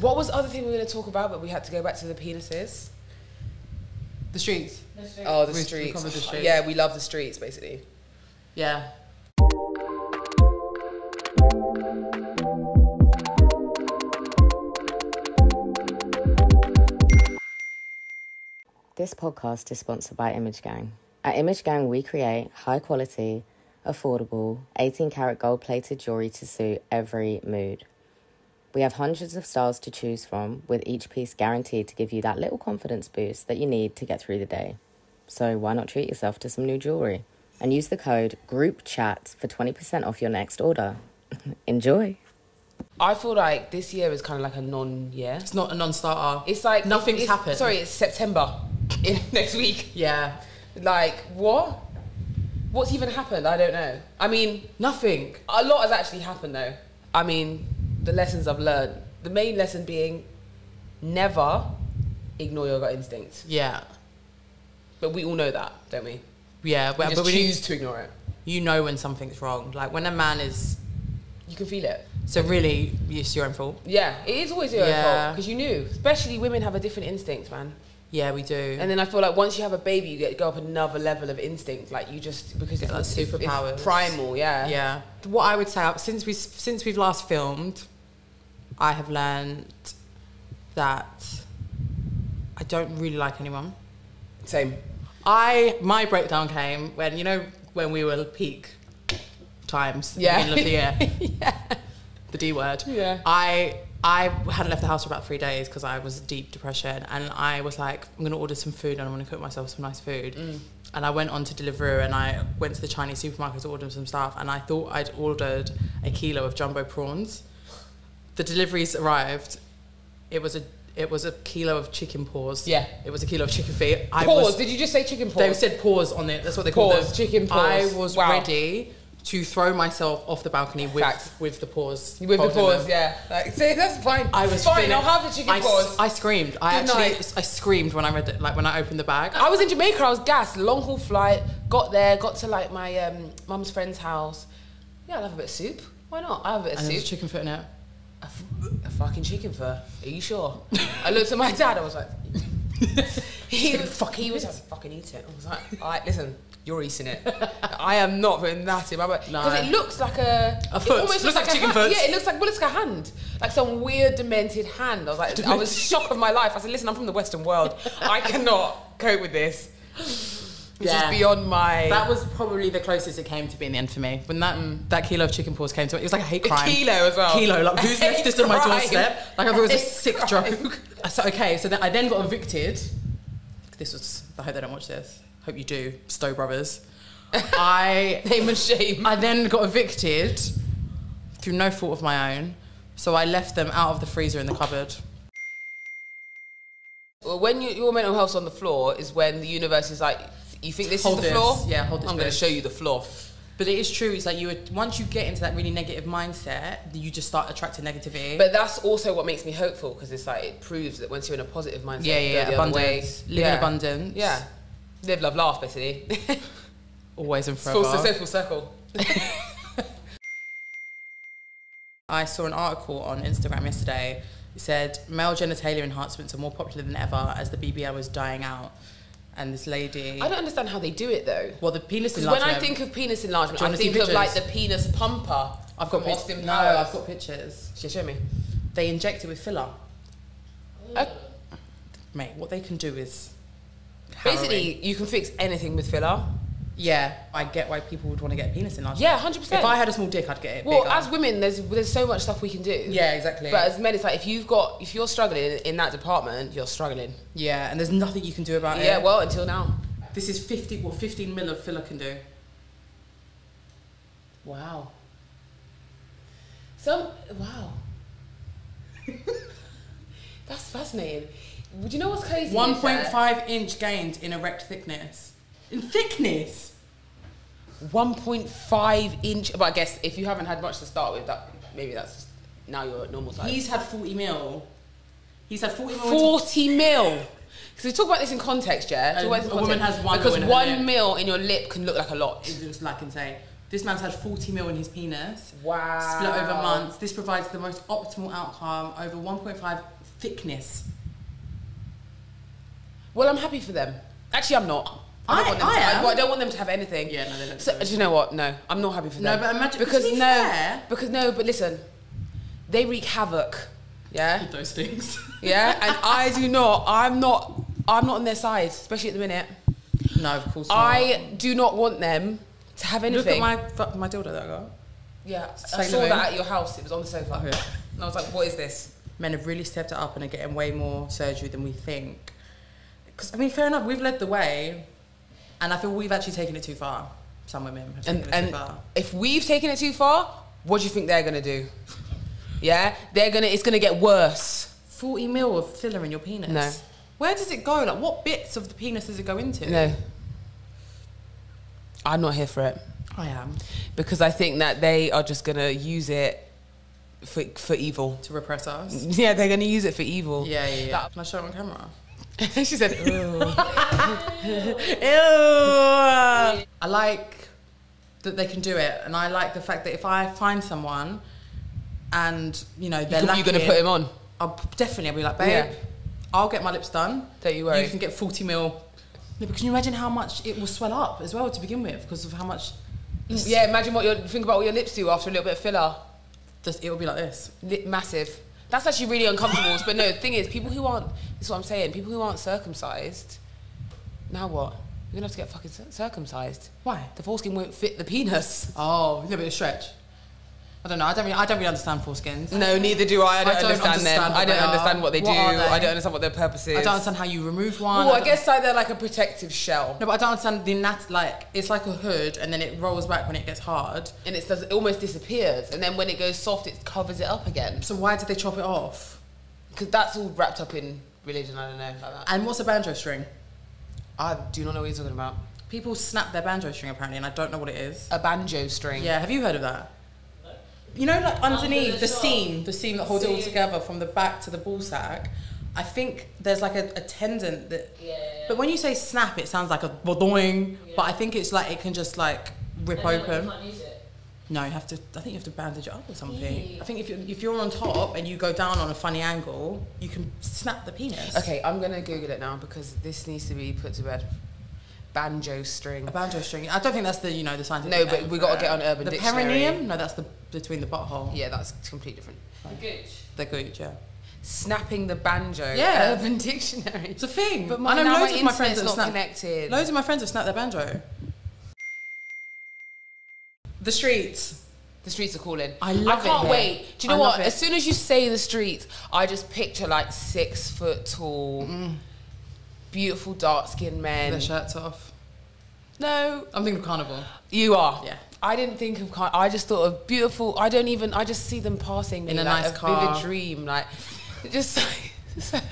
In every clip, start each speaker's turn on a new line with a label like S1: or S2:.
S1: What was the other thing we were going to talk about, but we had to go back to the penises?
S2: The streets.
S1: Oh, the
S2: We- we
S1: streets.
S2: covered the streets.
S1: Yeah, we love the streets, basically.
S2: Yeah.
S3: This podcast is sponsored by Image Gang. At Image Gang, we create high quality, affordable, 18 karat gold plated jewelry to suit every mood. We have hundreds of styles to choose from, with each piece guaranteed to give you that little confidence boost that you need to get through the day. So why not treat yourself to some new jewelry? And use the code GROUPCHAT for 20% off your next order. Enjoy!
S1: I feel like this year is kind of like a non-year.
S2: It's not a non-starter.
S1: It's like
S2: Nothing's
S1: it's-
S2: happened.
S1: Sorry, it's September in next week.
S2: Yeah.
S1: Like what? What's even happened? I don't know. I mean,
S2: Nothing.
S1: a lot has actually happened though. I mean, the lessons I've learned. The main lesson being, never ignore your gut instinct.
S2: Yeah.
S1: But we all know that, don't we?
S2: Yeah.
S1: We
S2: But,
S1: just
S2: but we
S1: choose
S2: need,
S1: to ignore it.
S2: you know when something's wrong. Like when a man is.
S1: You can feel it.
S2: So really, it's your own fault.
S1: Yeah, it is always your own fault
S2: Yeah.
S1: because you knew. Especially women have a different instinct, man.
S2: Yeah, we do.
S1: And then I feel like once you have a baby, you get go up another level of instinct. Like you just because it's,
S2: like
S1: it's, it's
S2: superpowers.
S1: primal. Yeah.
S2: yeah. What I would say since we since we've last filmed, I have learned that I don't really like anyone.
S1: Same.
S2: I my breakdown came when you know when we were peak times,
S1: Yeah.
S2: yeah, middle of the year, the D word.
S1: Yeah.
S2: I I hadn't left the house for about three days because I was deep depression, and I was like, I'm gonna order some food and I'm gonna cook myself some nice food.
S1: Mm.
S2: And I went on to Deliveroo and I went to the Chinese supermarket to order some stuff, and I thought I'd ordered a kilo of jumbo prawns. The deliveries arrived. It was a it was a kilo of chicken paws.
S1: Yeah.
S2: It was a kilo of chicken feet. I
S1: Pause.
S2: was-
S1: Did you just say chicken pause?
S2: they said pause on it. That's what they call
S1: Pause,
S2: them.
S1: chicken pause.
S2: I was
S1: Wow.
S2: ready to throw myself off the balcony with
S1: Facts.
S2: with the pause.
S1: with the
S2: holding
S1: pause.
S2: them.
S1: Yeah. Like say that's fine.
S2: I was
S1: fine.
S2: feeling-
S1: I'll have the chicken
S2: I, s-
S1: pause.
S2: I screamed. I
S1: Good
S2: actually
S1: night.
S2: I screamed when I read it. Like when I opened the bag.
S1: I was in Jamaica. I was gassed. Long haul flight. Got there. Got to like my um, mum's friend's house. Yeah, I'll have a bit of soup. Why not? I have a bit of
S2: and there's
S1: soup.
S2: chicken foot in it.
S1: a, f- a fucking chicken fur. Are you sure? I looked at my dad. I was like, he was, fuck, he was like, fucking eat it. I was like, all right, listen, you're eating it. I am not putting that in my mouth
S2: No.
S1: because it looks like a
S2: A foot. Looks like chicken
S1: hand.
S2: foot.
S1: Yeah, it looks like well, it's like a hand, like some weird demented hand. I was like, I was shocked of my life. I said, listen, I'm from the Western world. I cannot cope with this. This
S2: Yeah.
S1: is beyond my.
S2: That was probably the closest it came to being the end for me. When that that kilo of chicken paws came to me, it was like Mm. a hate
S1: A
S2: crime.
S1: kilo as well.
S2: Kilo. Like
S1: A
S2: who's left
S1: hate
S2: this on my
S1: crime.
S2: doorstep? Like I thought it was
S1: A
S2: a
S1: hate
S2: sick
S1: crime.
S2: joke. So okay, so then I then got evicted. This was. I hope they don't watch this. Hope you do. Stowe Brothers. I
S1: name and shame.
S2: I then got evicted through no fault of my own. So I left them out of the freezer in the cupboard.
S1: Well, when you, your mental health's on the floor is when the universe is like, you think this
S2: Hold
S1: is the
S2: this.
S1: floor?
S2: Yeah, hold this
S1: I'm going to
S2: bit.
S1: show you the floor.
S2: But it is true. It's like you would, once you get into that really negative mindset, you just start attracting negativity.
S1: But that's also what makes me hopeful because it's like it proves that once you're in a positive mindset,
S2: yeah,
S1: you
S2: yeah,
S1: go
S2: yeah.
S1: the other way.
S2: abundance. Live in
S1: Yeah.
S2: abundance.
S1: Yeah, live, love, laugh, basically. It's
S2: Always and forever.
S1: full, so full circle.
S2: I saw an article on Instagram yesterday. It said male genitalia enhancements are more popular than ever as the BBL is dying out. And this lady,
S1: I don't understand how they do it though.
S2: well, the penis
S1: Because when I
S2: enlargement-
S1: think of penis enlargement,
S2: Do you
S1: I
S2: wanna see
S1: think of like the
S2: pictures?
S1: penis pumper.
S2: I've got
S1: from
S2: pic-
S1: Austin
S2: no,
S1: Powers.
S2: I've got pictures.
S1: Should you show me?
S2: They inject it with filler.
S1: Uh,
S2: Mate, what they can do is harrowing.
S1: basically, you can fix anything with filler.
S2: Yeah, I get why people would want to get a penis enlargement.
S1: Yeah, hundred percent.
S2: If I had a small dick, I'd get it.
S1: Well,
S2: bigger.
S1: as women, there's there's so much stuff we can do.
S2: yeah, exactly.
S1: But as men, it's like if you've got if you're struggling in, in that department, you're struggling.
S2: yeah, and there's nothing you can do about it.
S1: Yeah. Well, until now.
S2: this is 50 well 15 mil of filler can do. Wow.
S1: Some wow. That's fascinating. Would you know what's crazy? is that-
S2: 1.5 inch gained in erect thickness. In thickness.
S1: 1.5 inch. But I guess if you haven't had much to start with, that maybe that's just, now your normal size.
S2: He's had 40 mil. He's had 40 mil. into-
S1: 40 mil. Because we talk about this in context, yeah. Talk
S2: A-
S1: about this in
S2: a woman
S1: context.
S2: has one mil
S1: because
S2: in her
S1: one
S2: lip.
S1: mil in your lip can look like a lot.
S2: It looks like insane. This man's had 40 mil in his penis,
S1: Wow.
S2: split over months. This provides the most optimal outcome over 1.5 thickness.
S1: Well, I'm happy for them. Actually, I'm not. I
S2: I-
S1: don't, want them
S2: I
S1: to,
S2: am.
S1: I, I don't want them to have anything.
S2: Yeah, no, they don't
S1: So,
S2: deserve
S1: do you know what? No, I'm not happy for
S2: No,
S1: them.
S2: but imagine- but
S1: because
S2: to be
S1: no,
S2: fair-
S1: because no, but listen, they wreak havoc. Yeah,
S2: Those things.
S1: yeah, and I do not. I'm not. I'm not on their side, especially at the minute.
S2: no, of course not.
S1: I do not want them to have
S2: Look
S1: anything.
S2: at my, fu- my dildo that I got.
S1: yeah, I
S2: Sailor
S1: saw
S2: Moon.
S1: that at your house. It was on the sofa,
S2: Okay.
S1: and I was like, "What is this?"
S2: men have really stepped it up and are getting way more surgery than we think. Because I mean, fair enough, we've led the way, and I feel we've actually taken it too far. Some women have taken
S1: And,
S2: it too
S1: and
S2: far.
S1: if we've taken it too far, what do you think they're gonna do? Yeah, they're gonna. It's gonna get worse.
S2: Forty mil of filler in your penis.
S1: No.
S2: Where does it go? Like, what bits of the penis does it go into?
S1: No. I'm not here for it
S2: I am
S1: because I think that they are just going to use it for, for evil.
S2: to repress us.
S1: Yeah, they're going to use it for evil.
S2: Yeah, yeah. yeah. Can I show it on camera?
S1: she said, "Ew."
S2: Ew. I like that they can do it, and I like the fact that if I find someone, and you know they're
S1: You're going to
S2: lacking-
S1: put him on.
S2: I'll definitely I'll be like, babe,
S1: Yeah.
S2: I'll get my lips done.
S1: Don't you worry.
S2: You can get 40 mil. Yeah, but can you imagine how much it will swell up as well to begin with because of how much
S1: Yeah, imagine what your think about what your lips do after a little bit of filler.
S2: this, it will be like this.
S1: Lip massive. That's actually really uncomfortable. but no, the thing is, people who aren't, this is what I'm saying, people who aren't circumcised, now what? You're going to have to get fucking cir- circumcised.
S2: Why?
S1: The foreskin won't fit the penis.
S2: Oh, a little bit of stretch. I don't know. I don't really, I don't really understand foreskins.
S1: No, neither do I. I don't,
S2: don't
S1: understand, them.
S2: understand what
S1: I don't
S2: they are.
S1: understand what they
S2: What
S1: do.
S2: are they?
S1: I don't understand what their purpose is.
S2: I don't understand how you remove one.
S1: Well, I
S2: don't-
S1: guess like they're like a protective shell,
S2: No, but I don't understand the nat like it's like a hood and then it rolls back when it gets hard.
S1: and it does it almost disappears, and then when it goes soft, it covers it up again.
S2: So why did they chop it off?
S1: Because that's all wrapped up in religion. I don't know like that.
S2: And what's a banjo string?
S1: I do not know what you're talking about.
S2: People snap their banjo string apparently, and I don't know what it is.
S1: A banjo string.
S2: Yeah, have you heard of that? You know, like underneath
S4: the
S2: the,
S4: top.
S2: seam, the seam that holds it all
S4: Seam.
S2: together from the back to the ball sack. I think there's like a, a tendon that.
S4: Yeah, yeah.
S2: But when you say snap, it sounds like a bodoing. But I think it's like it can just like rip
S4: And then
S2: open.
S4: You can't use it.
S2: No, you have to. I think you have to bandage it up or something.
S4: Ew.
S2: I think if you're, if you're on top and you go down on a funny angle, you can snap the penis.
S1: Okay, I'm gonna Google it now because this needs to be put to bed. Banjo string.
S2: A banjo string. I don't think that's the you know the scientific.
S1: No, but
S2: name
S1: we
S2: for
S1: gotta
S2: it.
S1: get on Urban
S2: the
S1: Dictionary.
S2: perineum. No, that's the between the butthole.
S1: Yeah, that's completely different.
S4: The gooch.
S2: The gooch. Yeah.
S1: Snapping the banjo.
S2: Yeah.
S1: Urban Dictionary.
S2: It's a thing.
S1: But my,
S2: I know
S1: now
S2: loads
S1: my
S2: of my friends
S1: internet's
S2: that
S1: not
S2: snap.
S1: connected.
S2: Loads of my friends have snapped their banjo. The streets.
S1: The streets are calling.
S2: I love
S1: I
S2: it
S1: can't
S2: here.
S1: wait. Do you know
S2: I
S1: what?
S2: love it.
S1: As soon as you say the streets, I just picture like six foot tall, beautiful dark skinned men.
S2: Their shirts off.
S1: no,
S2: I'm thinking of carnival.
S1: you are.
S2: Yeah.
S1: I didn't think of. Car- I just thought of beautiful. I don't even. I just see them passing me
S2: In a
S1: like
S2: nice car.
S1: vivid dream. Like just. like-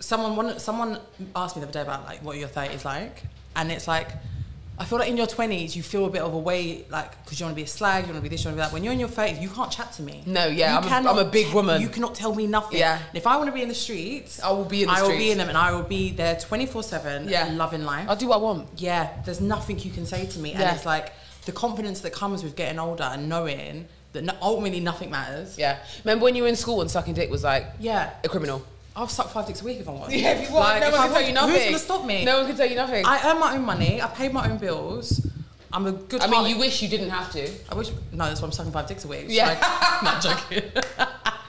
S2: Someone one, someone asked me the other day about like what your thirties like, and it's like. I feel like in your 20s, you feel a bit of a way, like, because you want to be a slag, you want to be this, you want to be that. When you're in your 30s, you can't chat to me.
S1: No, yeah,
S2: You
S1: I'm a-
S2: cannot
S1: I'm a big
S2: te-
S1: woman.
S2: You cannot tell me nothing.
S1: Yeah.
S2: And if I want to be in the streets,
S1: I will be in the
S2: I will be
S1: streets.
S2: in them and I will be there 24 7,
S1: Yeah.
S2: loving life.
S1: I'll do what I want.
S2: yeah, there's nothing you can say to me.
S1: Yeah.
S2: And it's like the confidence that comes with getting older and knowing that no, ultimately nothing matters.
S1: Yeah. Remember when you were in school and sucking dick was like
S2: Yeah.
S1: a criminal.
S2: I'll suck five dicks a week if I want.
S1: Yeah, if you want, no
S2: if
S1: one
S2: I
S1: can tell you
S2: want-
S1: nothing.
S2: Who's going to stop me?
S1: No one can tell you nothing. I,
S2: I earn my own money. I pay my own bills. I'm a good
S1: mean,
S2: heart-
S1: you wish you didn't have to.
S2: I wish. No, that's why I'm sucking five dicks a week.
S1: Yeah.
S2: Like, not joking.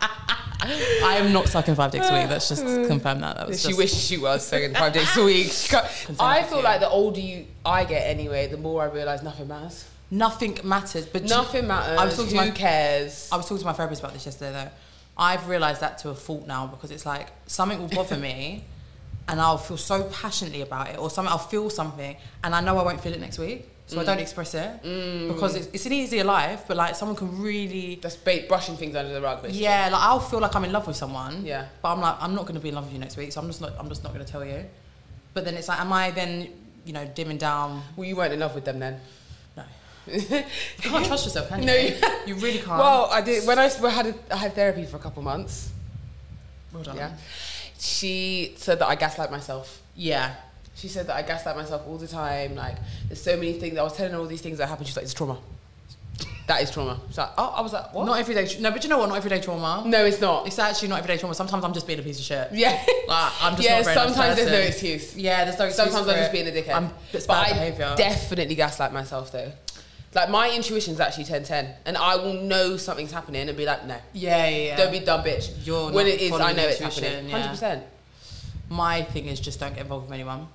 S2: I am not sucking five dicks a week. Let's just
S1: Mm.
S2: confirm that. That was
S1: she
S2: just-
S1: wishes she was second five days a week. She can't- I feel
S2: you.
S1: like the older you I get anyway, the more I realise nothing matters.
S2: nothing matters. But do you-
S1: Nothing matters.
S2: I was talking to
S1: Who
S2: my-
S1: cares?
S2: I was talking to my therapist about this yesterday though. I've realised that to a fault now because it's like something will bother me and I'll feel so passionately about it or something I'll feel something and I know I won't feel it next week. So I
S1: Mm.
S2: don't express it. Because it's, it's an easier life, but like someone can really
S1: That's ba- brushing things under the rug. Basically.
S2: Yeah, like I'll feel like I'm in love with someone.
S1: Yeah.
S2: But I'm like, I'm not gonna be in love with you next week, so I'm just not I'm just not gonna tell you. But then it's like, am I then, you know, dimming down
S1: Well, you weren't in love with them then.
S2: no. You can't trust yourself, can you?
S1: No,
S2: you really can't.
S1: Well, I did when I s- had a, I had therapy for a couple months.
S2: Well done.
S1: Uh-huh. Yeah, she said that I gaslight myself.
S2: yeah.
S1: She said that I gaslight myself all the time. Like, there's so many things. I was telling her all these things that happened. She's like, it's trauma. That is trauma. So I, oh, I was like, what?
S2: Not everyday. Tra- no, but you know what? Not everyday trauma.
S1: no, it's not.
S2: It's actually not everyday trauma. Sometimes I'm just being a piece of shit.
S1: yeah.
S2: Like, I'm just not
S1: yeah,
S2: a very nice
S1: sometimes there's no
S2: person.
S1: excuse.
S2: Yeah, there's no excuse
S1: Sometimes
S2: for
S1: I'm just
S2: it.
S1: being a dickhead.
S2: I'm, it's
S1: but
S2: bad
S1: I
S2: behaviour.
S1: definitely gaslight myself though. Like my intuition's actually 10-10 and I will know something's happening and be like, no,
S2: yeah, yeah, yeah.
S1: don't be dumb, bitch.
S2: You're
S1: when
S2: not
S1: it is, I
S2: following
S1: know
S2: your
S1: it's
S2: intuition,
S1: happening.
S2: yeah.
S1: Hundred percent.
S2: My thing is just don't get involved with anyone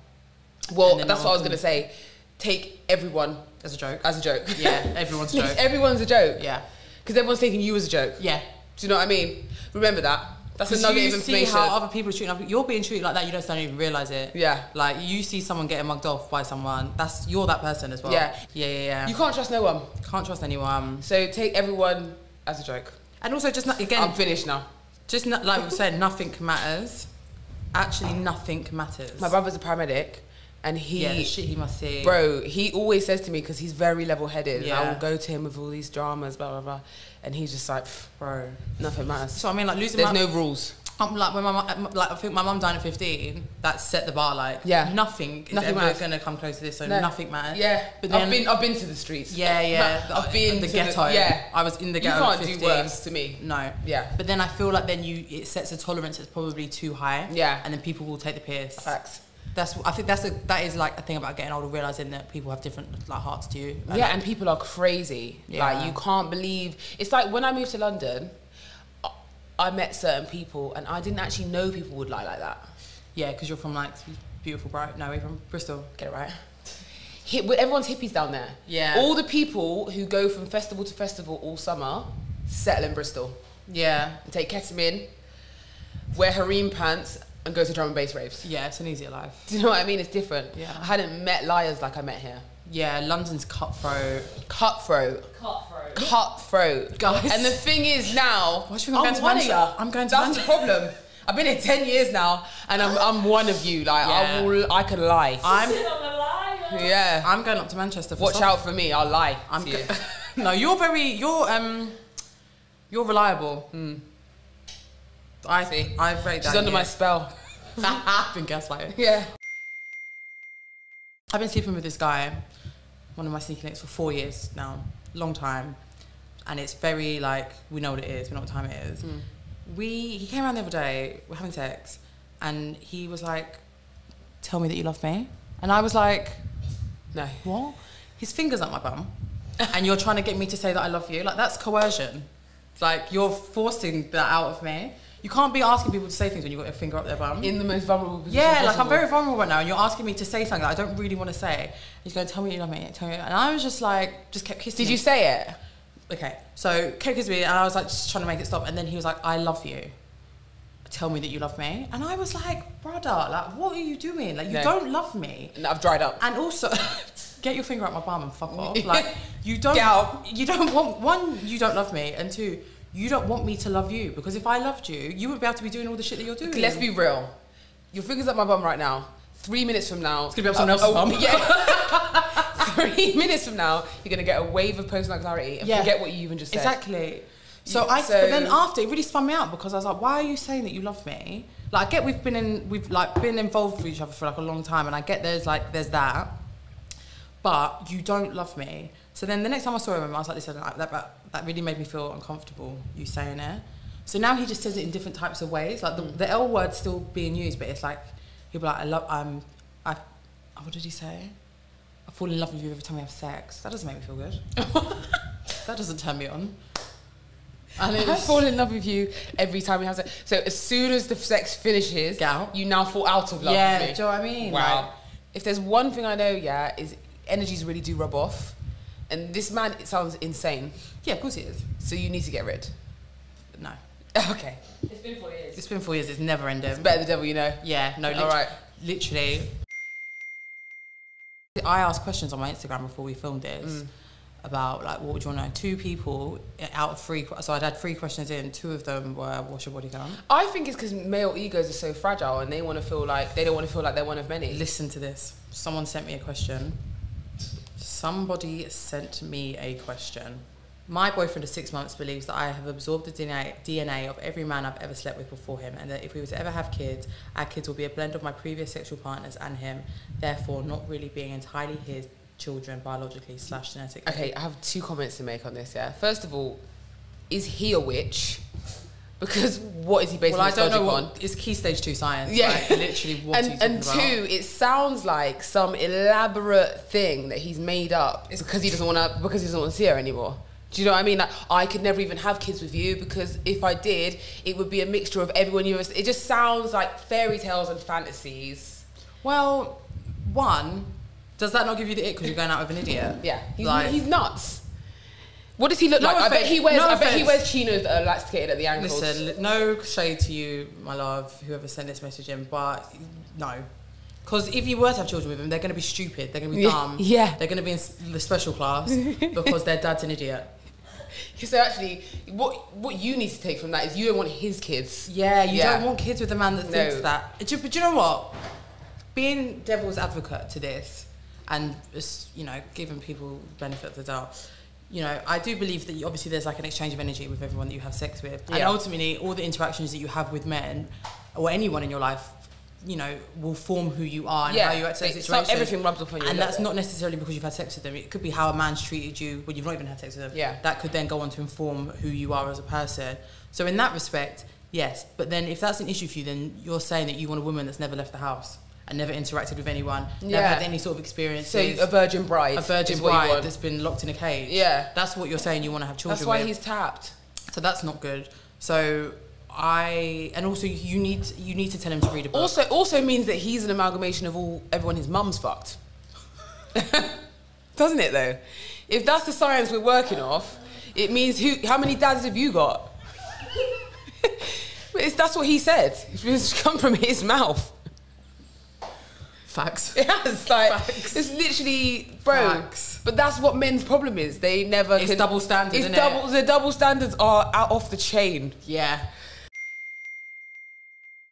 S1: Well,
S2: And then
S1: that's
S2: no
S1: what I
S2: one
S1: was gonna say. Take everyone
S2: as a joke.
S1: as a joke.
S2: yeah, everyone's a
S1: Like,
S2: joke.
S1: Everyone's a joke.
S2: Yeah,
S1: Because everyone's taking you as a joke.
S2: yeah.
S1: Do you know what I mean? Remember that. That's a
S2: 'Cause
S1: nugget
S2: you
S1: of
S2: see
S1: information.
S2: how other people are treating other You're being treated like that. You just don't even realize it.
S1: yeah.
S2: Like you see someone getting mugged off by someone. That's you're that person as well.
S1: Yeah.
S2: yeah, yeah. yeah.
S1: You can't trust no one.
S2: can't trust anyone.
S1: So take everyone as a joke.
S2: And also, just not, again,
S1: I'm finished now.
S2: just not, like we said, nothing matters. Actually, nothing matters.
S1: My brother's a paramedic, and he,
S2: yeah, the shit he must see.
S1: bro, he always says to me because he's very level-headed, and I
S2: Yeah.
S1: will go to him with all these dramas, blah blah blah, and he's just like, "Pff,
S2: bro.
S1: nothing matters.
S2: So I mean, like losing
S1: There's
S2: my,
S1: no rules.
S2: I'm like when my mum, like I think my mum died at 15. That set the bar. Like
S1: Yeah.
S2: nothing is
S1: Nothing
S2: ever
S1: matters.
S2: gonna come close to this. So
S1: No.
S2: nothing matters.
S1: Yeah,
S2: But
S1: I've
S2: then-
S1: been, I've been to the streets.
S2: yeah, yeah.
S1: I've been
S2: the
S1: to
S2: ghetto.
S1: yeah,
S2: I was in the
S1: you
S2: ghetto.
S1: can't
S2: at
S1: do
S2: 15.
S1: worse to me.
S2: No.
S1: Yeah,
S2: But then I feel like then you it sets a tolerance that's probably too high.
S1: Yeah.
S2: And then people will take the piss.
S1: facts.
S2: That's I think that's a that is like a thing about getting older, realizing that people have different like hearts to you.
S1: yeah, and people are crazy.
S2: Yeah.
S1: Like you can't believe. It's like when I moved to London, I- I met certain people, and I didn't actually know people would lie like that.
S2: Yeah, because you're from like beautiful bright. No, we're from Bristol.
S1: Get it right. Hi well, everyone's hippies down there.
S2: Yeah.
S1: All the people who go from festival to festival all summer settle in Bristol,
S2: Yeah.
S1: take ketamine, wear harem pants, and go to drum and bass raves.
S2: Yeah, it's an easier life.
S1: Do you know what I mean? It's different.
S2: Yeah.
S1: I hadn't met liars like I met here.
S2: Yeah, London's cutthroat.
S1: Cutthroat.
S4: Cutthroat.
S1: Cutthroat.
S2: Guys.
S1: And the thing is now,
S2: Why do you think I'm going to
S1: one of
S2: Manchester?
S1: you.
S2: I'm going to
S1: That's
S2: Manchester.
S1: the problem. I've been here 10 years now, and I'm, I'm one of you. Like, I,
S2: Yeah.
S1: will, I can lie.
S2: I'm
S4: Sit on the liar.
S1: yeah.
S2: I'm going up to Manchester. For
S1: Watch
S2: stuff.
S1: out for me. I'll lie.
S2: I'm
S1: to
S2: go-
S1: you.
S2: no, you're very you're um you're reliable. I
S1: Hmm. See?
S2: I've rate that.
S1: She's under
S2: you.
S1: my spell.
S2: I've been gaslighting.
S1: Yeah.
S2: I've been sleeping with this guy, one of my sneaky links, for four years now, long time, and it's very like we know what it is, we know what time it is. We he came around the other day, we're having sex, and he was like, "Tell me that you love me," and I was like,
S1: No.
S2: "What?" His fingers up my bum, and you're trying to get me to say that I love you. Like that's coercion. Like you're forcing that out of me. You can't be asking people to say things when you've got your finger up their bum.
S1: In the most vulnerable position.
S2: Yeah, like I'm
S1: possible.
S2: very vulnerable right now, and you're asking me to say something that I don't really want to say. He's going, "Tell me you love me." Tell me, and I was just like, just kept kissing.
S1: Did you
S2: him.
S1: say it?
S2: Okay, so kept kissing me, and I was like, just trying to make it stop. And then he was like, "I love you." Tell me that you love me, and I was like, "Brother, like, what are you doing? Like, you
S1: No.
S2: don't love me."
S1: No, I've dried up.
S2: And also, get your finger out my bum and fuck off. Like, you don't.
S1: Get out.
S2: You don't want one. You don't love me, and two. You don't want me to love you because if I loved you, you wouldn't be able to be doing all the shit that you're doing.
S1: Let's be real. Your fingers up my bum right now. Three minutes from now, it's
S2: gonna be up someone else's bum.
S1: Yeah. Three minutes from now, you're gonna get a wave of personal clarity and
S2: Yeah.
S1: forget what you even just said.
S2: Exactly. So
S1: You-
S2: I
S1: so-
S2: but then after it really spun me out because I was like, why are you saying that you love me? Like I get we've been in we've like been involved with each other for like a long time and I get there's like there's that. But you don't love me. So then the next time I saw him, I was like, listen, like, that, that that really made me feel uncomfortable, you saying it. So now he just says it in different types of ways. Like the, the L word's still being used, but it's like he'll be like, I love I'm I oh, what did he say? I fall in love with you every time we have sex. That doesn't make me feel good. that doesn't turn me on. And
S1: I
S2: it's
S1: fall in love with you every time we have sex. So as soon as the sex finishes,
S2: Get out.
S1: you now fall out of love.
S2: yeah,
S1: with me.
S2: do you know what I mean?
S1: Wow.
S2: Like,
S1: if there's one thing I know, yeah, is energies really do rub off. And this man, it sounds insane.
S2: yeah, of course it is.
S1: So you need to get rid.
S2: No,
S1: Okay.
S4: It's been four years.
S2: it's been four years. It's never ending.
S1: It's better the devil you know.
S2: yeah, no,
S1: All
S2: literally,
S1: right.
S2: literally. I asked questions on my Instagram before we filmed this
S1: Mm.
S2: about like what would you want to know? Two people out of three, so I'd had three questions in. Two of them were what's your body count?
S1: I think it's because male egos are so fragile and they want to feel like they don't want to feel like they're one of many.
S2: Listen to this. Someone sent me a question. Somebody sent me a question. My boyfriend of six months believes that I have absorbed the DNA, DNA of every man I've ever slept with before him, and that if we were to ever have kids, our kids will be a blend of my previous sexual partners and him, therefore not really being entirely his children biologically slash genetically.
S1: Okay, I have two comments to make on this. Yeah, first of all, is he a witch? Because what is he basing
S2: Well, I
S1: his
S2: don't know
S1: logic on?
S2: what it's key stage two science.
S1: Yeah,
S2: like, literally. What
S1: and
S2: are you talking
S1: and two,
S2: about?
S1: it sounds like some elaborate thing that he's made up
S2: It's-
S1: because he doesn't want to because he doesn't want to see her anymore. Do you know what I mean? Like, I could never even have kids with you because if I did, it would be a mixture of everyone you. It just sounds like fairy tales and fantasies.
S2: Well, one, does that not give you the ick because you're going out with an idiot?
S1: Yeah, he's,
S2: Like-
S1: he's nuts. What does he look
S2: No
S1: like? I bet
S2: offense,
S1: he wears.
S2: no
S1: I bet he
S2: offense.
S1: wears chinos that are lasticated at the ankles.
S2: Listen, li- no shade to you, my love, whoever sent this message in, but no. Because if you were to have children with him, they're going to be stupid. They're going to be
S1: Yeah,
S2: dumb.
S1: yeah.
S2: They're going to be in s- the special class because their dad's an idiot.
S1: So actually, what what you need to take from that is you don't want his kids.
S2: Yeah, you
S1: Yeah.
S2: don't want kids with a man that
S1: No.
S2: thinks that. Do, you- but do you know what? Being devil's advocate to this, and just, you know, giving people benefit of the doubt. You know, I do believe that you, obviously there's like an exchange of energy with everyone that you have sex with, and
S1: Yeah.
S2: ultimately all the interactions that you have with men or anyone in your life, you know, will form who you are and
S1: Yeah,
S2: how you act in
S1: it's-
S2: situations.
S1: everything rubs off on you a
S2: and
S1: little
S2: that's
S1: bit.
S2: not necessarily because you've had sex with them. It could be how a man's treated you when you've not even had sex with them.
S1: Yeah.
S2: That could then go on to inform who you are as a person. So in that respect, yes. But then if that's an issue for you, then you're saying that you want a woman that's never left the house and never interacted with anyone, never
S1: Yeah.
S2: had any sort of experience.
S1: So a virgin bride.
S2: a virgin
S1: is what you
S2: bride
S1: want.
S2: that's been locked in a cage.
S1: Yeah.
S2: That's what you're saying you want to have children
S1: That's why
S2: with.
S1: he's tapped.
S2: so that's not good. So I and also you need you need to tell him to read a book.
S1: Also, also means that he's an amalgamation of all everyone his mum's fucked. Doesn't it though? If that's the science we're working off, it means who? How many dads have you got? But it's, that's what he said. It's come from his mouth.
S2: facts.
S1: It has like
S2: Facts.
S1: it's literally bro.
S2: Facts.
S1: But that's what men's problem is. They never.
S2: It's double standard,
S1: It's
S2: innit?
S1: double. The double standards are out off the chain.
S2: Yeah.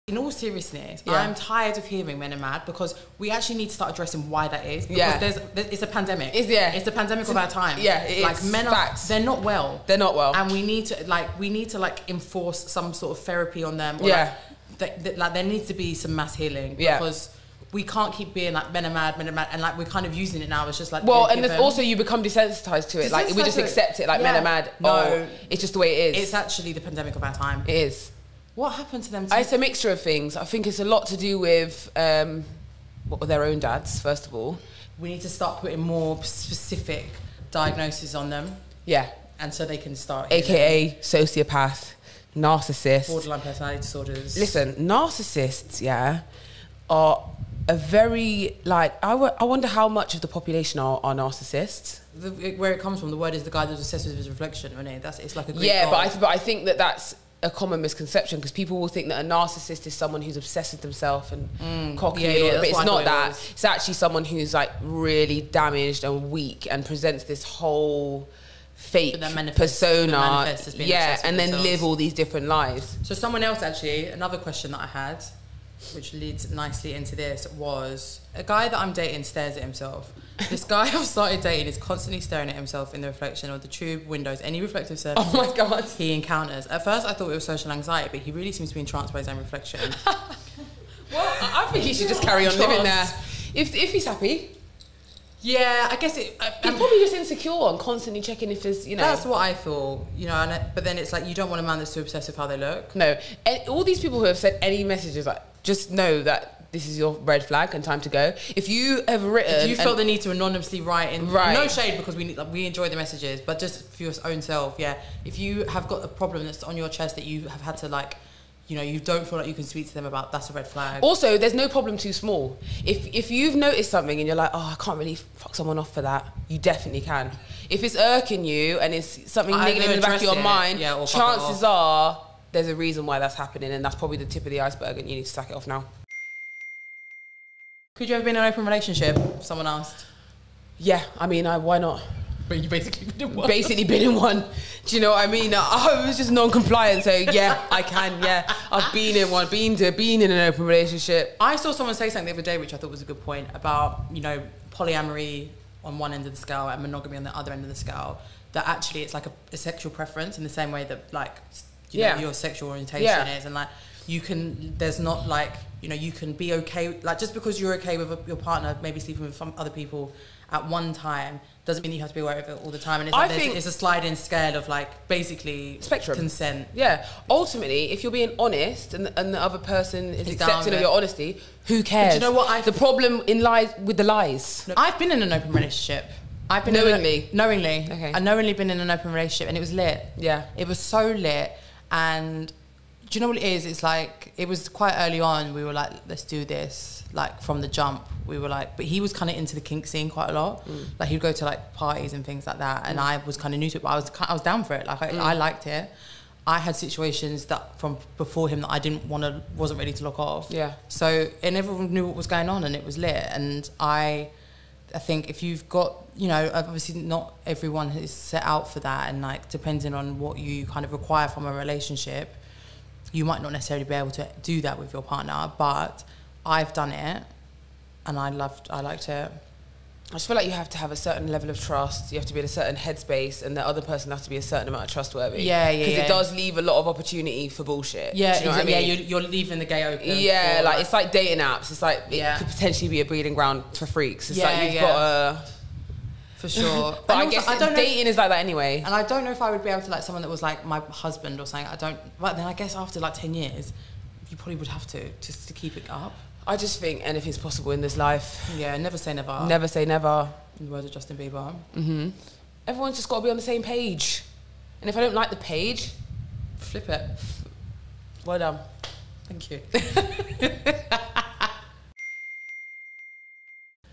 S2: In all seriousness,
S1: Yeah.
S2: I'm tired of hearing men are mad because we actually need to start addressing why that is. Because
S1: Yeah.
S2: there's, there- it's a pandemic.
S1: It's- yeah.
S2: It's the pandemic of our time.
S1: yeah, it
S2: like
S1: is.
S2: men
S1: Facts.
S2: are they're not well.
S1: They're not well.
S2: and we need to like we need to like enforce some sort of therapy on them. Or,
S1: Yeah.
S2: Like, th- th- like there needs to be some mass healing.
S1: Yeah.
S2: Because we can't keep being like men are mad, men are mad, and like we're kind of using it now. It's just like
S1: Well,
S2: they're
S1: and there's
S2: given.
S1: also you become desensitized to it. Like we
S2: Desensitized
S1: just
S2: to it.
S1: accept it. Like men
S2: Yeah.
S1: are mad.
S2: No.
S1: Oh, it's just the way it is.
S2: it's actually the pandemic of our time.
S1: it is.
S2: what happened to them?
S1: It's a mixture of things. I think it's a lot to do with um, what were their own dads, first of all.
S2: we need to start putting more specific diagnoses on them
S1: Yeah,
S2: and so they can start
S1: aka sociopath, narcissist,
S2: borderline personality disorders
S1: Listen, narcissists, yeah, are a very like I wo- I wonder how much of the population are, are narcissists.
S2: the, where it comes from the word is the guy that's obsessed with his reflection isn't it? that's it's like a Greek
S1: yeah, but I,
S2: god.
S1: th- but I think that that's a common misconception because people will think that a narcissist is someone who's obsessed with themselves and cocky,
S2: Mm. yeah,
S1: and all
S2: yeah,
S1: that, but
S2: that's what
S1: it's
S2: I
S1: not
S2: thought it
S1: that.
S2: was.
S1: It's actually someone who's like really damaged and weak and presents this whole fake
S2: But then manifests-
S1: persona,
S2: but manifests as being
S1: yeah,
S2: obsessed with
S1: and then
S2: themselves.
S1: live all these different lives.
S2: so someone else actually another question that i had which leads nicely into this was a guy that i'm dating stares at himself this guy i've started dating is constantly staring at himself in the reflection or the tube windows any reflective surface
S1: Oh my god!
S2: he encounters at first i thought it was social anxiety but he really seems to be entranced by his own reflection
S1: Well, I I think he should just carry on living there. If if he's happy,
S2: yeah i guess it I-
S1: He's
S2: I'm-
S1: probably just insecure and constantly checking if there's, you know.
S2: Um, That's what I feel, you know. And I, but then it's like you don't want a man that's too obsessed with how they look.
S1: no, and all these people who have sent any messages, like, just know that this is your red flag and time to go. If you have written,
S2: If you felt
S1: and-
S2: the need to anonymously write in,
S1: Right.
S2: no shade because we need, like, we enjoy the messages, but just for your own self, yeah. If you have got a problem that's on your chest that you have had to like, you know, you don't feel like you can speak to them about, that's a red flag.
S1: also, there's no problem too small. If if you've noticed something and you're like, oh, I can't really fuck someone off for that, you definitely can. If it's irking you and it's something
S2: Either
S1: niggling in the back of
S2: address
S1: your
S2: it,
S1: mind,
S2: yeah, or fuck it
S1: chances are there's a reason why that's happening, and that's probably the tip of the iceberg, and you need to sack it off now.
S2: Could you ever be in an open relationship? Someone asked.
S1: Yeah, I mean, I, why not?
S2: But you basically didn't
S1: basically been in one. Do you know what I mean? I was just non-compliant, so yeah, I can. Yeah, I've been in one, been to, been in an open relationship.
S2: I saw someone say something the other day, which I thought was a good point about you know polyamory on one end of the scale and monogamy on the other end of the scale. that actually it's like a, a sexual preference in the same way that like s- you
S1: Yeah.
S2: know your sexual orientation
S1: Yeah.
S2: is, and like you can there's not like you know you can be okay like just because you're okay with a, your partner maybe sleeping with some other people at one time doesn't mean you have to be aware of it all the time and it's,
S1: I
S2: like there's-
S1: think-
S2: it's a sliding scale of like basically
S1: Spectrum.
S2: consent
S1: Yeah. Ultimately, if you're being honest and, and the other person is
S2: Is down
S1: accepting of
S2: with
S1: your
S2: it.
S1: honesty, who cares?
S2: you know what? I-
S1: the problem in lies with the lies.
S2: I've been in an open relationship. I've been in a-
S1: Knowingly?
S2: knowingly.
S1: Okay.
S2: I knowingly been in an open relationship, and it was lit.
S1: Yeah.
S2: It was so lit, and do you know what it is? It's like it was quite early on. We were like, let's do this. Like from the jump, we were like, but he was kind of into the kink scene quite a lot. Like he'd go to like parties and things like that, and I was kind of new to it, but I was ki- I was down for it. Like I, I liked it. I had situations that from before him that I didn't want to, wasn't ready to lock off.
S1: Yeah.
S2: So and everyone knew what was going on and it was lit. And I, I think if you've got, you know, obviously not everyone is set out for that, and like depending on what you kind of require from a relationship, you might not necessarily be able to do that with your partner. But I've done it, and I loved, I liked it.
S1: I just feel like you have to have a certain level of trust. You have to be in a certain headspace, and the other person has to be a certain amount of trustworthy.
S2: Yeah, yeah,
S1: Because it
S2: yeah.
S1: does leave a lot of opportunity for bullshit. Do
S2: Yeah,
S1: you know what I
S2: exa- yeah,
S1: mean?
S2: you're, you're leaving the gate open.
S1: Yeah,
S2: for,
S1: like it's like dating apps. It's like it
S2: Yeah.
S1: could potentially be a breeding ground for freaks. It's like
S2: Yeah,
S1: you've
S2: yeah.
S1: got a.
S2: for sure.
S1: But
S2: And
S1: I
S2: also,
S1: guess
S2: know if-
S1: dating is like that anyway.
S2: And I don't know if I would be able to like someone that was like my husband or something. I don't. But then I guess after like ten years, you probably would have to just to keep it up.
S1: I just think anything's possible in this life.
S2: Yeah, never say never.
S1: Never say never.
S2: In the words of Justin Bieber.
S1: Everyone's just got to be on the same page. And if I don't like the page,
S2: Flip it.
S1: well done.
S2: Thank you.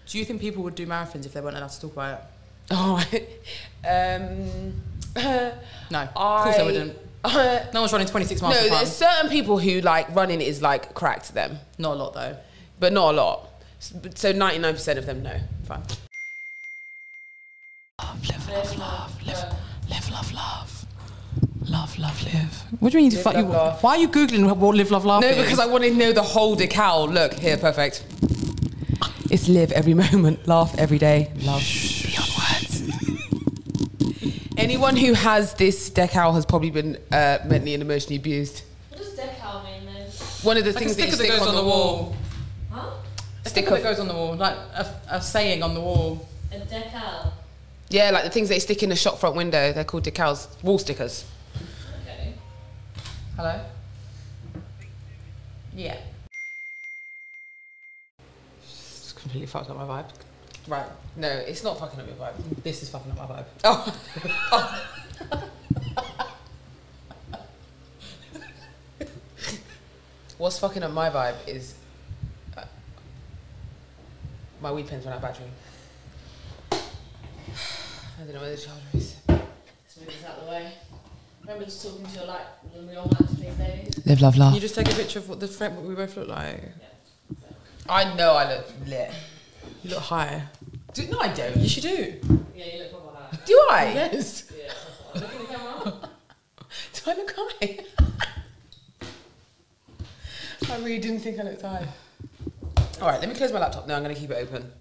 S2: Do you think people would do marathons if they weren't allowed to talk about it?
S1: All right. Um,
S2: No,
S1: I,
S2: of course they wouldn't. No one's running 26 miles.
S1: no,
S2: for fun.
S1: there's certain people who like running is like crack to them,
S2: Not a lot though.
S1: but not a lot. S- but- So 99% of them know.
S2: Fine. Love, live, love, live, live, love, love. Love, love, live. What do you mean?
S1: Live,
S2: fuck you,
S1: love, laugh.
S2: Why are you googling what live, love, laugh?
S1: No,
S2: is?
S1: because I want to know the whole decal. Look here, perfect. It's live every moment, laugh every day, love beyond words. Anyone who has this decal has probably been uh, mentally and emotionally abused.
S4: What does decal mean then?
S1: One of the
S2: like a
S1: things that you
S2: sticker that
S1: stick
S2: goes on the wall.
S4: Huh?
S2: A sticker that goes on the wall, like a, a saying on the wall.
S4: A decal.
S1: Yeah, like the things they stick in the shop front window. They're called decals, wall stickers.
S4: Okay.
S2: Hello. Yeah. It's completely fucked up my vibe.
S1: Right. No, it's not fucking up your vibe.
S2: This is fucking up my vibe.
S1: Oh. What's fucking up my vibe is uh, my weed pen's run out of battery. I don't know where the charger is.
S4: Let's move this out of the way. Remember just talking to your light when we all like to these ladies?
S1: Live, love,
S2: Can you
S1: laugh.
S2: just take a picture of what the frame, what we both look like?
S1: I know I look lit.
S2: You look high.
S1: Do, no, I don't.
S2: You should do.
S4: Yeah, you look proper high.
S1: Do I?
S2: Yes.
S4: Yeah, proper high. Look at the camera.
S1: Do I look high? I really didn't think I looked high. All right, let me close my laptop now. I'm going to keep it open.